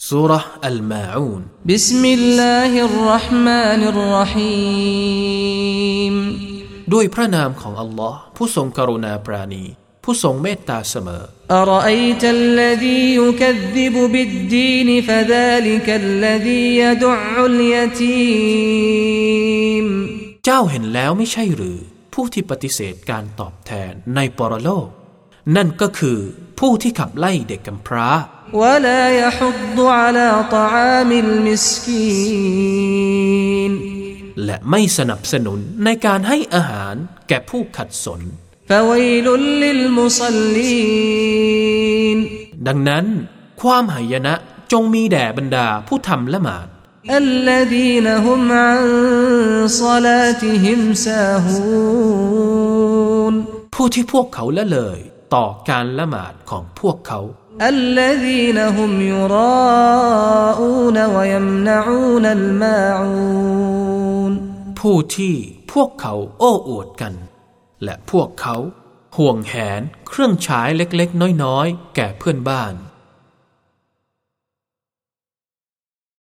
سورة الماعون بسم الله الرحمن الرحيم ด้วยพระนามของอัลลอฮ์ผู้ทรงกรุณาปราณี ผู้ทรงเมตตาเสมอ أرأيت الذي يكذب بالدين فذلك الذي يدع اليتيم เจ้าเห็นแล้วไม่ใช่หรือ ผู้ที่ปฏิเสธการตอบแทนในปรโลก นั่นก็คือผู้ที่ขับไล่เด็กกำพร้า ولا يحض على طعام المسكين และไม่สนับสนุนในการให้อาหารแก่ผู้ขัดสน فويل للمصلين ดังนั้น ความหายนะจงมีแด่บรรดาผู้ทำละหมาด الذين هم عن صلاتهم ساهون ผู้ที่พวกเขาละเลยต่อการละหมาดของพวกเขา الذين هم يراءون ويمنعون الماعون ผู้ที่พวกเขาโอ้อวดกัน และพวกเขา ห่วงแหนเครื่องใช้เล็กๆ น้อยๆ แก่เพื่อนบ้าน